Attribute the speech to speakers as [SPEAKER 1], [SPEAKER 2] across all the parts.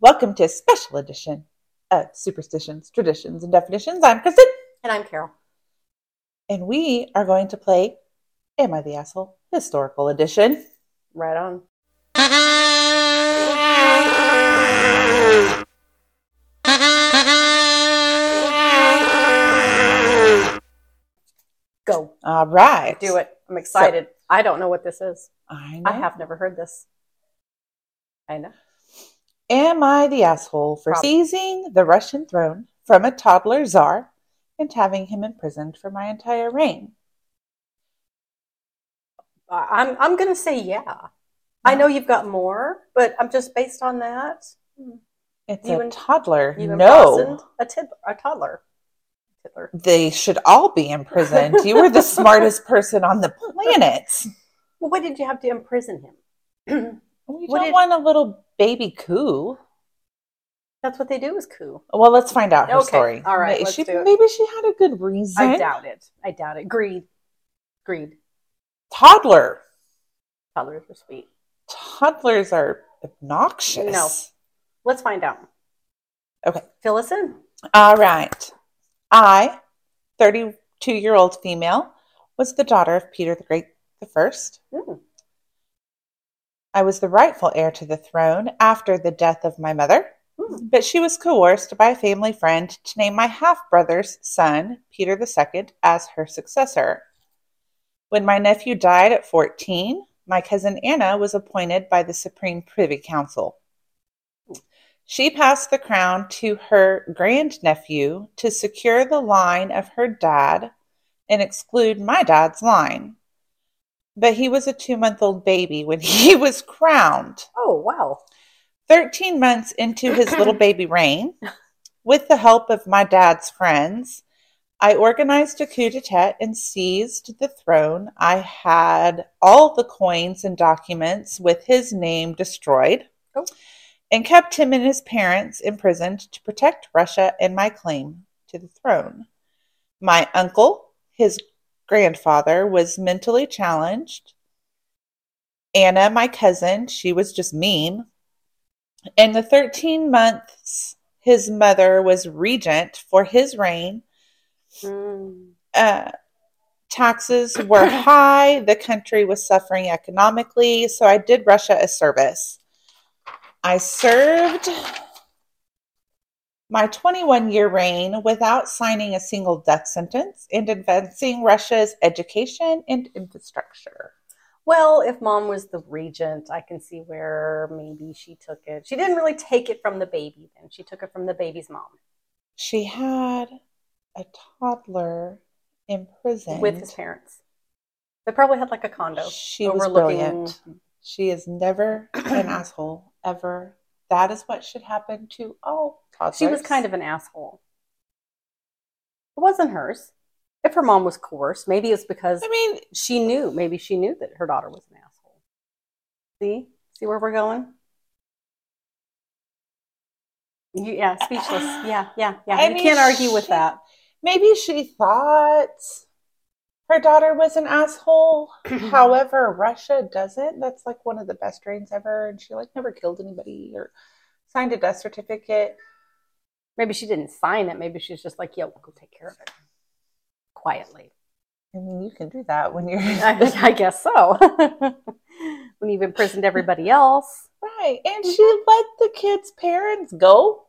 [SPEAKER 1] Welcome to a special edition of Superstitions, Traditions, and Definitions. I'm Kristen,
[SPEAKER 2] And I'm Carol.
[SPEAKER 1] and we are going to play Am I the Asshole? Historical Edition.
[SPEAKER 2] Right on. Go.
[SPEAKER 1] All right.
[SPEAKER 2] Do it. I'm excited. I don't know what this is.
[SPEAKER 1] I, know.
[SPEAKER 2] I have never heard this. I know.
[SPEAKER 1] Am I the asshole for
[SPEAKER 2] Probably.
[SPEAKER 1] seizing the Russian throne from a toddler czar and having him imprisoned for my entire reign?
[SPEAKER 2] I- I'm I'm gonna say yeah. I know you've got more, but I'm just based on that.
[SPEAKER 1] It's
[SPEAKER 2] You
[SPEAKER 1] a
[SPEAKER 2] im-
[SPEAKER 1] toddler.
[SPEAKER 2] You've
[SPEAKER 1] No.
[SPEAKER 2] imprisoned a tiddler, a toddler, tiddler.
[SPEAKER 1] They should all be imprisoned. you were the smartest person on the planet.
[SPEAKER 2] Well, why did you have to imprison him?
[SPEAKER 1] We
[SPEAKER 2] What
[SPEAKER 1] don't
[SPEAKER 2] did-
[SPEAKER 1] want a little baby coup.
[SPEAKER 2] That's what they do is coup.
[SPEAKER 1] Well, let's find out her
[SPEAKER 2] Okay,
[SPEAKER 1] story.
[SPEAKER 2] all right,
[SPEAKER 1] May-
[SPEAKER 2] let's
[SPEAKER 1] she,
[SPEAKER 2] do it.
[SPEAKER 1] maybe she had a good reason.
[SPEAKER 2] I doubt it. I doubt it. Greed. Greed.
[SPEAKER 1] Toddler.
[SPEAKER 2] Toddlers are sweet.
[SPEAKER 1] Toddlers are obnoxious.
[SPEAKER 2] No. Let's find out.
[SPEAKER 1] Okay.
[SPEAKER 2] Fill us in.
[SPEAKER 1] All right. I, 32 year old female, was the daughter of Peter the Great the First.
[SPEAKER 2] Mm.
[SPEAKER 1] I was the rightful heir to the throne after the death of my mother,
[SPEAKER 2] Hmm.
[SPEAKER 1] but she was coerced by a family friend to name my half brother's son, Peter II, as her successor. When my nephew died at 14, my cousin Anna was appointed by the Supreme Privy Council. She passed the crown to her grandnephew to secure the line of her dad and exclude my dad's line. But he was a two month old baby when he was crowned.
[SPEAKER 2] Oh, wow.
[SPEAKER 1] 13 months into his little baby reign, with the help of my dad's friends, I organized a coup d'etat and seized the throne. I had all the coins and documents with his name destroyed
[SPEAKER 2] Oh.
[SPEAKER 1] and kept him and his parents imprisoned to protect Russia and my claim to the throne. My uncle, his grandfather, was mentally challenged. Anna, my cousin, she was just mean. In the 13 months, his mother was regent for his reign.
[SPEAKER 2] Mm.
[SPEAKER 1] Uh, taxes were high. The country was suffering economically. So I did Russia a service. I served my 21 year reign without signing a single death sentence and advancing Russia's education and infrastructure.
[SPEAKER 2] Well, if mom was the regent, I can see where maybe she took it. She didn't really take it from the baby then. She took it from the baby's mom
[SPEAKER 1] She had a toddler imprisoned
[SPEAKER 2] with his parents. They probably had like a condo.
[SPEAKER 1] She was
[SPEAKER 2] overlooking-
[SPEAKER 1] brilliant. She is never an asshole ever. That is what should happen to all toddlers.
[SPEAKER 2] She was kind of an asshole. It wasn't hers. If her mom was coerced, maybe it's because
[SPEAKER 1] I mean,
[SPEAKER 2] she knew. Maybe she knew that her daughter was an asshole. See, see where we're going. You, yeah, speechless. Yeah, yeah, yeah.
[SPEAKER 1] I
[SPEAKER 2] you
[SPEAKER 1] mean,
[SPEAKER 2] can't argue with
[SPEAKER 1] she-
[SPEAKER 2] that.
[SPEAKER 1] maybe she thought her daughter was an asshole. However, Russia doesn't. That's like one of the best reigns ever, and she like never killed anybody or signed a death certificate.
[SPEAKER 2] Maybe she didn't sign it. Maybe she's just like, "Yo, we'll go take care of it quietly."
[SPEAKER 1] I mean, you can do that when you're
[SPEAKER 2] I, I guess so. when you've imprisoned everybody else,
[SPEAKER 1] right. And she let the kid's parents go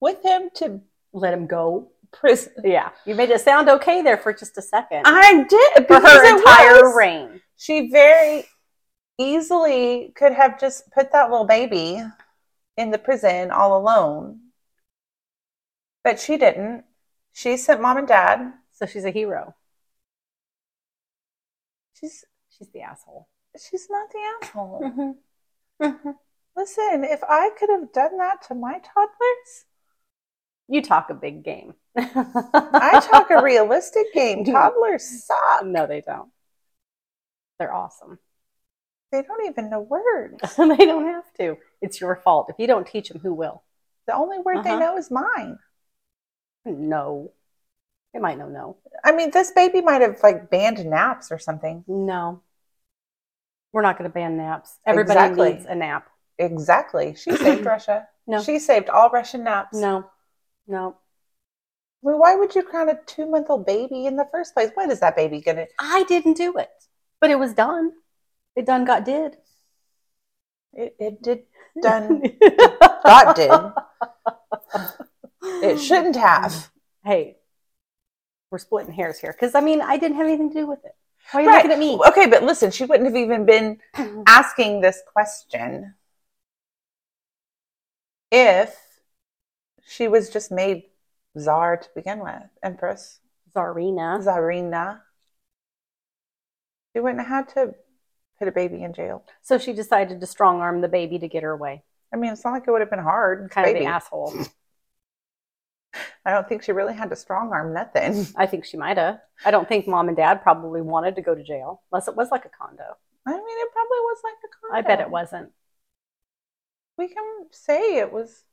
[SPEAKER 1] with him to
[SPEAKER 2] let him go.
[SPEAKER 1] prison.
[SPEAKER 2] Yeah, you made it sound okay there for just a second.
[SPEAKER 1] I did
[SPEAKER 2] for
[SPEAKER 1] because it
[SPEAKER 2] her entire
[SPEAKER 1] was.
[SPEAKER 2] reign.
[SPEAKER 1] She very easily could have just put that little baby in the prison all alone, but she didn't. She sent mom and dad.
[SPEAKER 2] So she's a hero.
[SPEAKER 1] She's
[SPEAKER 2] She's the asshole.
[SPEAKER 1] she's not the
[SPEAKER 2] Hmm.
[SPEAKER 1] asshole. Listen, if I could have done that to my toddlers,
[SPEAKER 2] You talk a big game.
[SPEAKER 1] I
[SPEAKER 2] I
[SPEAKER 1] talk a realistic game. Toddlers suck.
[SPEAKER 2] No, they don't. They're awesome.
[SPEAKER 1] They don't even know words.
[SPEAKER 2] they don't have to. It's your fault. If you don't teach them, who will?
[SPEAKER 1] The only word they
[SPEAKER 2] Uh-huh.
[SPEAKER 1] know is mine.
[SPEAKER 2] No. They might know no.
[SPEAKER 1] I mean, this baby might have like banned naps or something.
[SPEAKER 2] No. We're not going to ban naps. Everybody
[SPEAKER 1] Exactly.
[SPEAKER 2] needs a nap.
[SPEAKER 1] Exactly. She saved Russia.
[SPEAKER 2] No.
[SPEAKER 1] She saved all Russian naps.
[SPEAKER 2] No, no.
[SPEAKER 1] I mean, why would you crown a two month old baby in the first place? What is that baby going to?
[SPEAKER 2] I didn't do it, but it was done. It done got did.
[SPEAKER 1] It, it did done. got did. It shouldn't have.
[SPEAKER 2] Hey, we're splitting hairs here because I mean I didn't have anything to do with it. Why are you looking at me?
[SPEAKER 1] Okay, but listen, she wouldn't have even been asking this question if she was just made czar to begin with, empress,
[SPEAKER 2] Zarina.
[SPEAKER 1] czarina. She wouldn't have had to put a baby in jail.
[SPEAKER 2] So she decided to strong arm the baby to get her way.
[SPEAKER 1] I mean, it's not like it would have been hard. It's
[SPEAKER 2] Kind
[SPEAKER 1] baby.
[SPEAKER 2] of an asshole.
[SPEAKER 1] I don't think she really had to strong arm nothing.
[SPEAKER 2] I think she might have. I don't think mom and dad probably wanted to go to jail unless it was like a condo.
[SPEAKER 1] I mean, it probably was like a condo.
[SPEAKER 2] I bet it wasn't.
[SPEAKER 1] We can say it was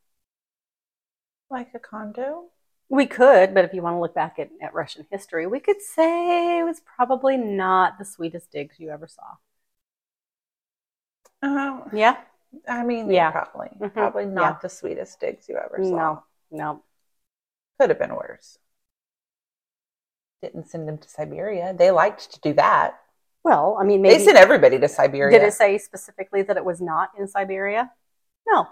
[SPEAKER 1] like a condo.
[SPEAKER 2] We could, but if you want to look back at, at Russian history, we could say it was probably not the sweetest digs you ever saw.
[SPEAKER 1] Um,
[SPEAKER 2] Yeah?
[SPEAKER 1] I mean,
[SPEAKER 2] Yeah.
[SPEAKER 1] probably,
[SPEAKER 2] Mhm.
[SPEAKER 1] probably not
[SPEAKER 2] Yeah.
[SPEAKER 1] the sweetest digs you ever saw.
[SPEAKER 2] No, no.
[SPEAKER 1] Could have been worse. Didn't send them to Siberia. They liked to do that.
[SPEAKER 2] Well, I mean, maybe.
[SPEAKER 1] They sent everybody to Siberia.
[SPEAKER 2] Did it say specifically that it was not in Siberia? No.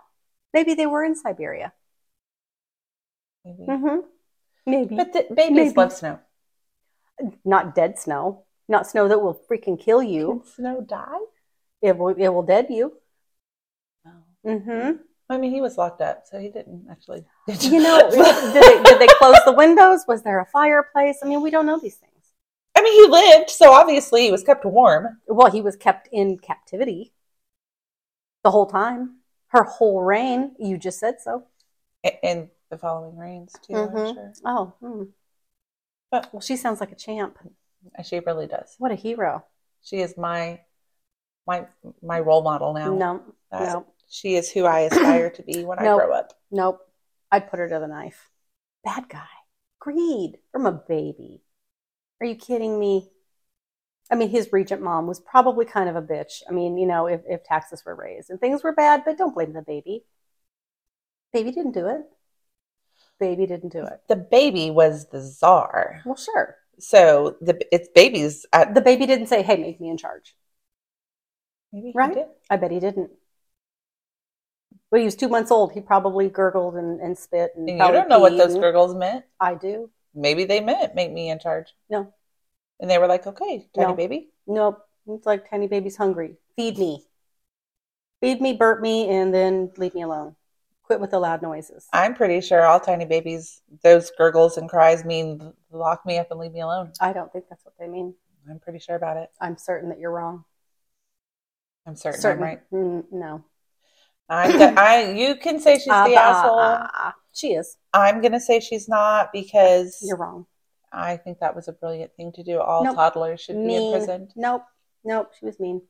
[SPEAKER 2] Maybe they were in Siberia.
[SPEAKER 1] Maybe.
[SPEAKER 2] Mm-hmm. Maybe.
[SPEAKER 1] But the babies
[SPEAKER 2] Maybe.
[SPEAKER 1] love snow.
[SPEAKER 2] not dead snow. Not snow that will freaking kill you.
[SPEAKER 1] Can snow die?
[SPEAKER 2] It will, it will dead you.
[SPEAKER 1] No.
[SPEAKER 2] Mm-hmm.
[SPEAKER 1] I mean, he was locked up, so he didn't actually.
[SPEAKER 2] You know, did, they, did they close the windows? Was there a fireplace? I mean, we don't know these things.
[SPEAKER 1] I mean, he lived, so obviously he was kept warm.
[SPEAKER 2] Well, he was kept in captivity the whole time. Her whole reign. You just said so.
[SPEAKER 1] A- And the following rains, too, I'm
[SPEAKER 2] Mhm.
[SPEAKER 1] sure.
[SPEAKER 2] Oh, hmm.
[SPEAKER 1] But-
[SPEAKER 2] well, she sounds like a champ.
[SPEAKER 1] And Uh, She really does.
[SPEAKER 2] What a hero.
[SPEAKER 1] She is my my my role model now.
[SPEAKER 2] No,
[SPEAKER 1] That-
[SPEAKER 2] no,
[SPEAKER 1] She is who I aspire to be when I
[SPEAKER 2] Nope.
[SPEAKER 1] grow up.
[SPEAKER 2] nope. I'd put her to the knife. Bad guy. Greed from a baby. Are you kidding me? I mean, his regent mom was probably kind of a bitch. I mean, you know, if, if taxes were raised and things were bad, but don't blame the baby. Baby didn't do it. Baby didn't do it.
[SPEAKER 1] The baby was the czar.
[SPEAKER 2] Well, sure.
[SPEAKER 1] So the it's babies at
[SPEAKER 2] The baby didn't say, hey, make me in charge.
[SPEAKER 1] maybe he
[SPEAKER 2] Right.
[SPEAKER 1] did.
[SPEAKER 2] I bet he didn't. But he was two months old. He probably gurgled and, and spit. And
[SPEAKER 1] And you
[SPEAKER 2] probably
[SPEAKER 1] don't know what
[SPEAKER 2] peed.
[SPEAKER 1] those gurgles meant.
[SPEAKER 2] I do.
[SPEAKER 1] Maybe they meant make me in charge.
[SPEAKER 2] No.
[SPEAKER 1] And they were like, okay, tiny
[SPEAKER 2] No.
[SPEAKER 1] baby.
[SPEAKER 2] Nope. It's like tiny baby's hungry. Feed me. Feed me, burp me, and then leave me alone. Quit with the loud noises. I,
[SPEAKER 1] I'm pretty sure all tiny babies, those gurgles and cries mean lock me up and leave me alone.
[SPEAKER 2] don't think that's what they mean.
[SPEAKER 1] I'm pretty sure about it.
[SPEAKER 2] I'm certain that you're wrong.
[SPEAKER 1] I'm certain,
[SPEAKER 2] certain.
[SPEAKER 1] I'm right.
[SPEAKER 2] Mm, no.
[SPEAKER 1] I'm the, I you can say she's
[SPEAKER 2] Ah,
[SPEAKER 1] the
[SPEAKER 2] bah,
[SPEAKER 1] asshole.
[SPEAKER 2] ah, ah. She is.
[SPEAKER 1] I'm gonna say she's not because
[SPEAKER 2] You're wrong.
[SPEAKER 1] I think that was a brilliant thing to do. All
[SPEAKER 2] Nope.
[SPEAKER 1] toddlers should be
[SPEAKER 2] Mean.
[SPEAKER 1] imprisoned.
[SPEAKER 2] Nope. Nope. She was mean.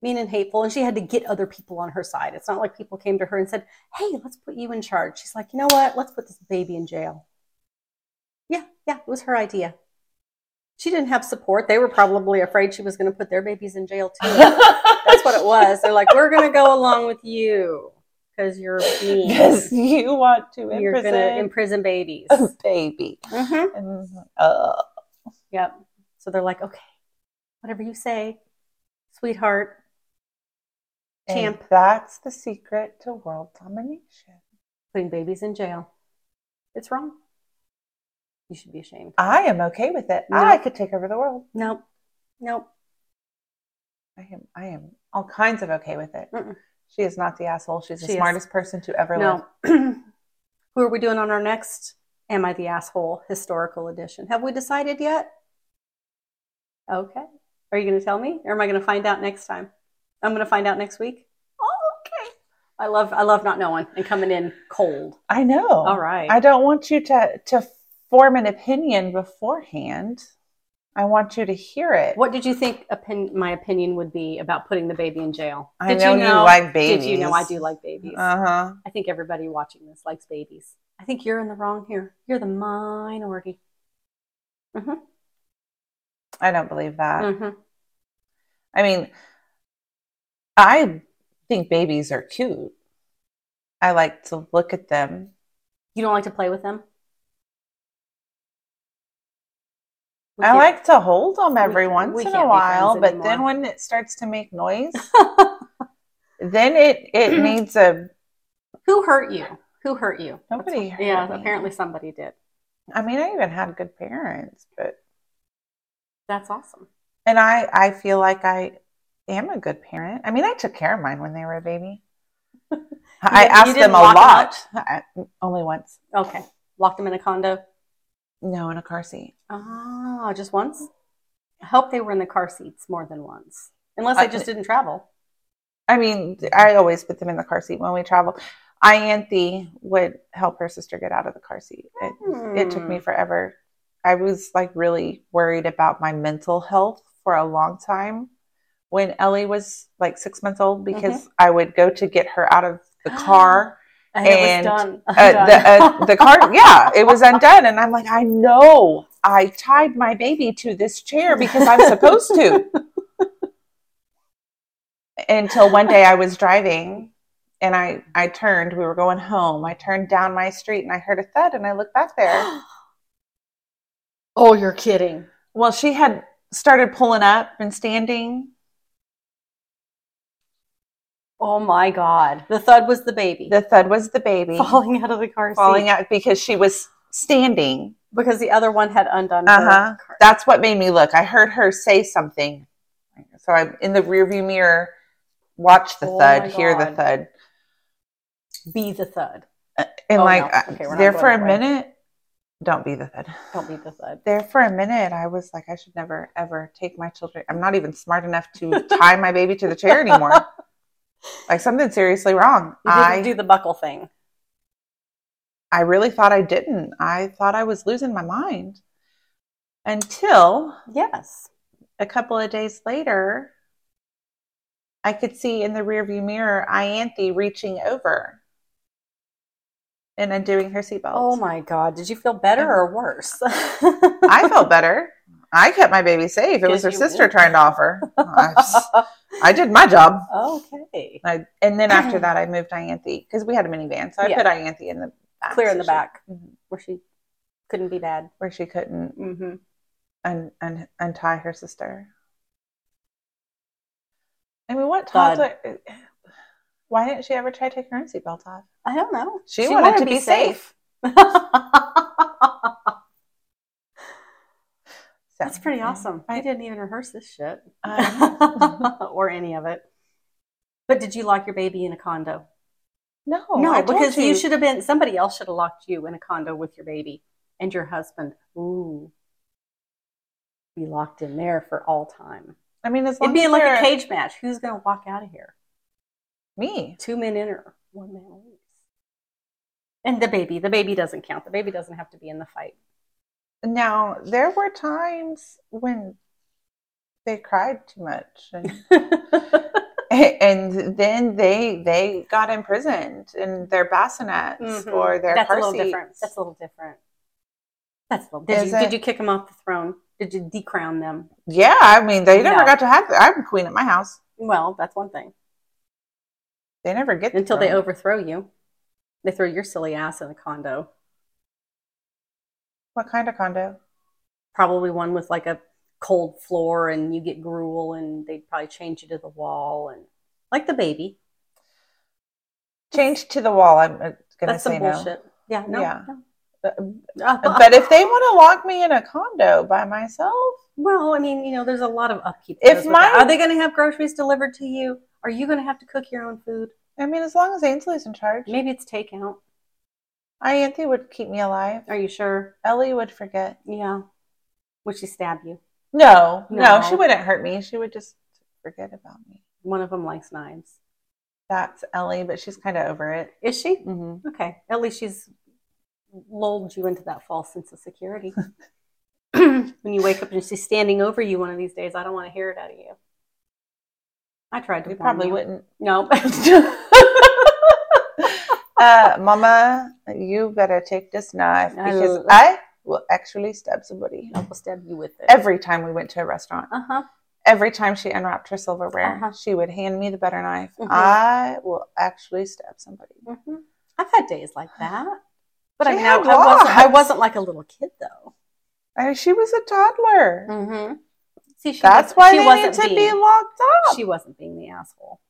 [SPEAKER 2] Mean and hateful. And she had to get other people on her side. It's not like people came to her and said, hey, let's put you in charge. She's like, you know what? Let's put this baby in jail. Yeah. Yeah. It was her idea. She didn't have support. They were probably afraid she was going to put their babies in jail too. That's what it was. They're like, we're going to go along with you because you're mean.
[SPEAKER 1] Because you want to imprison
[SPEAKER 2] You're going to imprison babies.
[SPEAKER 1] a baby.
[SPEAKER 2] Mhm.
[SPEAKER 1] And, uh,
[SPEAKER 2] Yep. So they're like, okay, whatever you say, sweetheart.
[SPEAKER 1] and
[SPEAKER 2] Champ.
[SPEAKER 1] that's the secret to world domination.
[SPEAKER 2] putting babies in jail. It's wrong. You should be ashamed.
[SPEAKER 1] I am okay with it.
[SPEAKER 2] No.
[SPEAKER 1] I could take over the world.
[SPEAKER 2] Nope. Nope.
[SPEAKER 1] I am. I am all kinds of okay with it.
[SPEAKER 2] Mm-mm.
[SPEAKER 1] She is not the asshole. She's the
[SPEAKER 2] She is.
[SPEAKER 1] smartest person to ever live.
[SPEAKER 2] No. Who are we doing on our next Am I the Asshole historical edition? Have we decided yet? Okay. Are you going to tell me or am I going to find out next time? I'm going to find out next week. Oh, okay. I love I love not knowing and coming in cold.
[SPEAKER 1] I know.
[SPEAKER 2] All right.
[SPEAKER 1] I don't want you to to form an opinion beforehand. I want you to hear it.
[SPEAKER 2] what did you think opin- my opinion would be about putting the baby in jail?
[SPEAKER 1] I
[SPEAKER 2] Did
[SPEAKER 1] know you like
[SPEAKER 2] Did you know I
[SPEAKER 1] babies.
[SPEAKER 2] do like babies?
[SPEAKER 1] Uh huh.
[SPEAKER 2] I think everybody watching this likes babies. I think you're in the wrong here. You're the minority.
[SPEAKER 1] Uh.
[SPEAKER 2] Mm. Mm-hmm.
[SPEAKER 1] I don't believe that.
[SPEAKER 2] Mhm.
[SPEAKER 1] I mean, I think babies are cute. I like to look at them.
[SPEAKER 2] You don't like to play with them? We
[SPEAKER 1] I
[SPEAKER 2] can't-
[SPEAKER 1] like to hold them every
[SPEAKER 2] we
[SPEAKER 1] once in
[SPEAKER 2] can't
[SPEAKER 1] a
[SPEAKER 2] be
[SPEAKER 1] while,
[SPEAKER 2] friends
[SPEAKER 1] but then
[SPEAKER 2] anymore.
[SPEAKER 1] when it starts to make noise, then it it needs a
[SPEAKER 2] Who hurt you? Who hurt you?
[SPEAKER 1] nobody. hurt
[SPEAKER 2] Yeah,
[SPEAKER 1] me.
[SPEAKER 2] apparently somebody did.
[SPEAKER 1] I mean, I even had good parents, but
[SPEAKER 2] That's awesome.
[SPEAKER 1] and I I feel like I am a good parent. I mean, I took care of mine when they were a baby. I
[SPEAKER 2] didn't- you
[SPEAKER 1] asked
[SPEAKER 2] didn't
[SPEAKER 1] them a
[SPEAKER 2] lock 'em
[SPEAKER 1] lot, I- only once.
[SPEAKER 2] Okay. Locked them in a condo.
[SPEAKER 1] No, in a car seat.
[SPEAKER 2] Ah, just once? I hope they were in the car seats more than once. Unless
[SPEAKER 1] I-
[SPEAKER 2] they just didn't travel.
[SPEAKER 1] I mean, I always put them in the car seat when we travel. Ianthe would help her sister get out of the car seat. It, it took
[SPEAKER 2] Hmm.
[SPEAKER 1] me forever. I was like really worried about my mental health for a long time when Ellie was like six months old because
[SPEAKER 2] Mm-hmm.
[SPEAKER 1] I would go to get her out of the car.
[SPEAKER 2] And, it
[SPEAKER 1] and,
[SPEAKER 2] was done.
[SPEAKER 1] Uh, the,
[SPEAKER 2] Done.
[SPEAKER 1] uh, the car, yeah, it was undone. And I'm like, I know I tied my baby to this chair because I'm supposed to. Until one day I was driving and I, I turned, we were going home. I turned down my street and I heard a thud and I looked back there.
[SPEAKER 2] oh, you're kidding.
[SPEAKER 1] Well, she had started pulling up and standing.
[SPEAKER 2] Oh my God. The thud was the baby
[SPEAKER 1] The thud was the baby
[SPEAKER 2] falling out of the car
[SPEAKER 1] falling
[SPEAKER 2] seat
[SPEAKER 1] out because she was standing.
[SPEAKER 2] because the other one had undone
[SPEAKER 1] Uh-huh.
[SPEAKER 2] her car.
[SPEAKER 1] That's what made me look. I heard her say something. So I'm in the rearview mirror, watch the
[SPEAKER 2] Oh my
[SPEAKER 1] thud, hear the
[SPEAKER 2] God.
[SPEAKER 1] thud.
[SPEAKER 2] Be the thud.
[SPEAKER 1] And
[SPEAKER 2] Oh,
[SPEAKER 1] like uh,
[SPEAKER 2] no. Okay, we're not
[SPEAKER 1] there
[SPEAKER 2] going
[SPEAKER 1] for a
[SPEAKER 2] that way.
[SPEAKER 1] minute, don't be the thud.
[SPEAKER 2] Don't be the thud.
[SPEAKER 1] There for a minute, I was like, I should never ever take my children. I'm not even smart enough to tie my baby to the chair anymore. like something seriously wrong.
[SPEAKER 2] You didn't
[SPEAKER 1] I
[SPEAKER 2] do the buckle thing.
[SPEAKER 1] I really thought I didn't. I thought I was losing my mind until
[SPEAKER 2] Yes.
[SPEAKER 1] a couple of days later, I could see in the rearview mirror Ianthe reaching over and undoing her seatbelt.
[SPEAKER 2] Oh my God. Did you feel better or worse? I
[SPEAKER 1] I felt better. I kept my baby safe. It was her
[SPEAKER 2] Yes, you
[SPEAKER 1] sister
[SPEAKER 2] did.
[SPEAKER 1] trying to offer. I, I did my job.
[SPEAKER 2] okay.
[SPEAKER 1] I, and then after that, I moved Ianthe because we had a minivan. So I
[SPEAKER 2] Yeah.
[SPEAKER 1] put Ianthe in the back.
[SPEAKER 2] Clear in the
[SPEAKER 1] section
[SPEAKER 2] back
[SPEAKER 1] Mhm.
[SPEAKER 2] where she couldn't be bad.
[SPEAKER 1] where she couldn't
[SPEAKER 2] Mm-hmm.
[SPEAKER 1] un, un, untie her sister. I mean, what
[SPEAKER 2] Thud.
[SPEAKER 1] toddler? Why didn't she ever try to take her own seatbelt off?
[SPEAKER 2] I don't know.
[SPEAKER 1] She, wanted, to be, safe. So,
[SPEAKER 2] That's pretty
[SPEAKER 1] yeah.
[SPEAKER 2] awesome. Um, I
[SPEAKER 1] I,
[SPEAKER 2] didn't even rehearse this shit
[SPEAKER 1] I-
[SPEAKER 2] or any of it. But did you lock your baby in a condo?
[SPEAKER 1] no,
[SPEAKER 2] no,
[SPEAKER 1] I told
[SPEAKER 2] because Oh, you. should have been somebody else should have locked you in a condo with your baby and your husband. Ooh. Be locked in there for all time.
[SPEAKER 1] I mean, as long
[SPEAKER 2] It'd be
[SPEAKER 1] as
[SPEAKER 2] like
[SPEAKER 1] they're-
[SPEAKER 2] a cage match. Who's gonna walk out of here?
[SPEAKER 1] Me,
[SPEAKER 2] two men enter, one man leaves. And the baby, the baby doesn't count. The baby doesn't have to be in the fight.
[SPEAKER 1] now there were times when they cried too much, and, and then they they got imprisoned in their bassinets
[SPEAKER 2] Mhm.
[SPEAKER 1] or their
[SPEAKER 2] That's
[SPEAKER 1] car
[SPEAKER 2] a little
[SPEAKER 1] seats.
[SPEAKER 2] different. That's a little different. That's a little. Did
[SPEAKER 1] Is
[SPEAKER 2] you,
[SPEAKER 1] it-
[SPEAKER 2] did you kick them off the throne? Did you decrown them?
[SPEAKER 1] Yeah, I mean, they never
[SPEAKER 2] No.
[SPEAKER 1] got to have. I'm queen at my house.
[SPEAKER 2] Well, that's one thing.
[SPEAKER 1] They never get the
[SPEAKER 2] Until they
[SPEAKER 1] throne.
[SPEAKER 2] overthrow you, they throw your silly ass in a condo.
[SPEAKER 1] What kind of condo?
[SPEAKER 2] Probably one with like a cold floor, and you get gruel, and they'd probably change you to the wall, and like the baby.
[SPEAKER 1] Change to the wall. I'm uh, gonna
[SPEAKER 2] That's
[SPEAKER 1] say
[SPEAKER 2] some bullshit. Yeah. No. Uh,
[SPEAKER 1] Yeah. no.
[SPEAKER 2] no.
[SPEAKER 1] But if they want to lock me in a condo by myself,
[SPEAKER 2] Well, I mean, you know, there's a lot of upkeep. that
[SPEAKER 1] If
[SPEAKER 2] goes with
[SPEAKER 1] my-
[SPEAKER 2] that. are they going to have groceries delivered to you? Are you going to have to cook your own food?
[SPEAKER 1] I mean, as long as Ainsley's in charge,
[SPEAKER 2] Maybe it's takeout.
[SPEAKER 1] Ianthe would keep me alive.
[SPEAKER 2] Are you sure?
[SPEAKER 1] Ellie would forget.
[SPEAKER 2] Yeah. Would she stab you?
[SPEAKER 1] No, no,
[SPEAKER 2] No.
[SPEAKER 1] she wouldn't hurt me. She would just forget about me.
[SPEAKER 2] One of them likes knives.
[SPEAKER 1] That's Ellie, but she's kind of over it.
[SPEAKER 2] Is she?
[SPEAKER 1] Mm-hmm.
[SPEAKER 2] Okay. At least she's lulled you into that false sense of security. when you wake up and she's standing over you one of these days, I don't want to hear it out of you. I tried to.
[SPEAKER 1] You
[SPEAKER 2] warn
[SPEAKER 1] probably
[SPEAKER 2] you.
[SPEAKER 1] wouldn't.
[SPEAKER 2] No.
[SPEAKER 1] Uh, Mama, you better take this knife
[SPEAKER 2] I
[SPEAKER 1] because
[SPEAKER 2] l-
[SPEAKER 1] I will actually stab somebody.
[SPEAKER 2] I will stab you with it.
[SPEAKER 1] Every time we went to a restaurant,
[SPEAKER 2] uh huh.
[SPEAKER 1] Every time she unwrapped her silverware,
[SPEAKER 2] Uh-huh.
[SPEAKER 1] she would hand me the butter knife.
[SPEAKER 2] Mhm.
[SPEAKER 1] I will actually stab somebody.
[SPEAKER 2] hmm I've had days like that. But I
[SPEAKER 1] She
[SPEAKER 2] mean, I,
[SPEAKER 1] had
[SPEAKER 2] I wasn't, I
[SPEAKER 1] lots.
[SPEAKER 2] wasn't like a little kid, though.
[SPEAKER 1] I mean, she was a toddler.
[SPEAKER 2] Mm-hmm. See, she
[SPEAKER 1] That's
[SPEAKER 2] was-
[SPEAKER 1] why
[SPEAKER 2] she
[SPEAKER 1] they
[SPEAKER 2] wasn't
[SPEAKER 1] need to
[SPEAKER 2] being,
[SPEAKER 1] be locked up.
[SPEAKER 2] She wasn't being the asshole.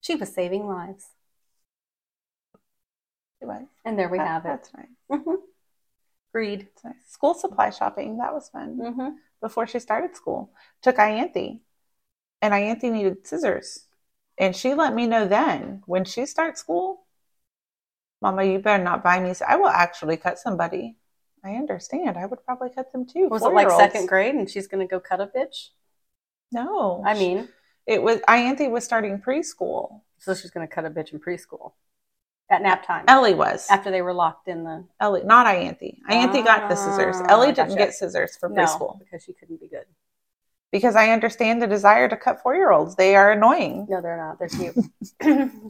[SPEAKER 2] She was saving lives. And there we
[SPEAKER 1] That-
[SPEAKER 2] have it.
[SPEAKER 1] That's nice.
[SPEAKER 2] Mm-hmm. Agreed.
[SPEAKER 1] That's nice. School supply shopping. That was fun.
[SPEAKER 2] Mm-hmm.
[SPEAKER 1] Before she started school, took Ianthe, and Ianthe needed scissors, and she let me know then when she starts school, Mama, you better not buy me. s- I will actually cut somebody. I understand. I would probably cut them too.
[SPEAKER 2] Was it like
[SPEAKER 1] Four-year-olds.
[SPEAKER 2] second grade and she's going to go cut a bitch?
[SPEAKER 1] No,
[SPEAKER 2] I mean,
[SPEAKER 1] it was. Ianthe was starting preschool.
[SPEAKER 2] so she's going to cut a bitch in preschool at nap time
[SPEAKER 1] Ellie was.
[SPEAKER 2] after they were locked in the
[SPEAKER 1] Ellie, not Ianthe. Ianthe got the scissors.
[SPEAKER 2] Ah,
[SPEAKER 1] Ellie didn't
[SPEAKER 2] gotcha.
[SPEAKER 1] get scissors for preschool
[SPEAKER 2] No, because she couldn't be good.
[SPEAKER 1] because I understand the desire to cut four-year-olds. They are annoying.
[SPEAKER 2] No, they're not. They're cute.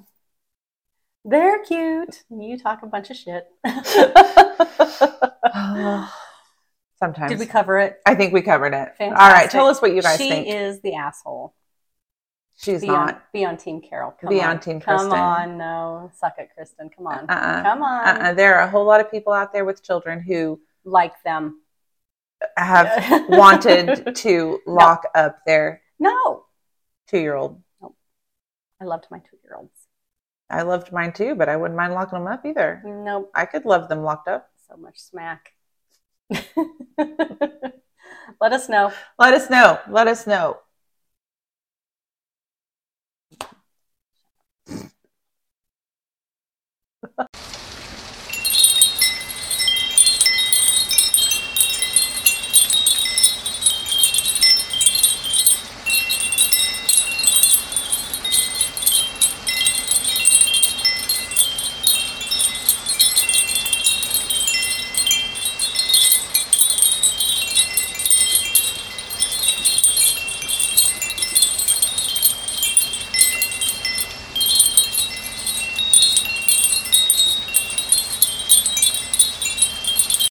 [SPEAKER 2] they're cute. You talk a bunch of shit.
[SPEAKER 1] Sometimes.
[SPEAKER 2] Did we cover it?
[SPEAKER 1] I think we covered it. All right,
[SPEAKER 2] Fantastic.
[SPEAKER 1] tell us what you guys
[SPEAKER 2] she
[SPEAKER 1] think.
[SPEAKER 2] is the asshole.
[SPEAKER 1] She's
[SPEAKER 2] be On,
[SPEAKER 1] not.
[SPEAKER 2] be on Team Carol. Come
[SPEAKER 1] Be
[SPEAKER 2] on.
[SPEAKER 1] on Team
[SPEAKER 2] Come
[SPEAKER 1] Kristen.
[SPEAKER 2] on, no, suck it, Kristen. Come on,
[SPEAKER 1] Uh-uh.
[SPEAKER 2] come on,
[SPEAKER 1] Uh-uh. There are a whole lot of people out there with children who
[SPEAKER 2] like them.
[SPEAKER 1] have wanted to lock up their
[SPEAKER 2] no,
[SPEAKER 1] two-year-old.
[SPEAKER 2] I loved my two-year-olds.
[SPEAKER 1] I loved mine too, but I wouldn't mind locking them up either.
[SPEAKER 2] Nope,
[SPEAKER 1] I could love them locked up.
[SPEAKER 2] so much smack. Let us know.
[SPEAKER 1] Let us know. Let us know.